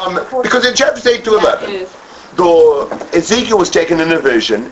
um, because in chapter 8 to 11, Yes. the Ezekiel was taken in a vision,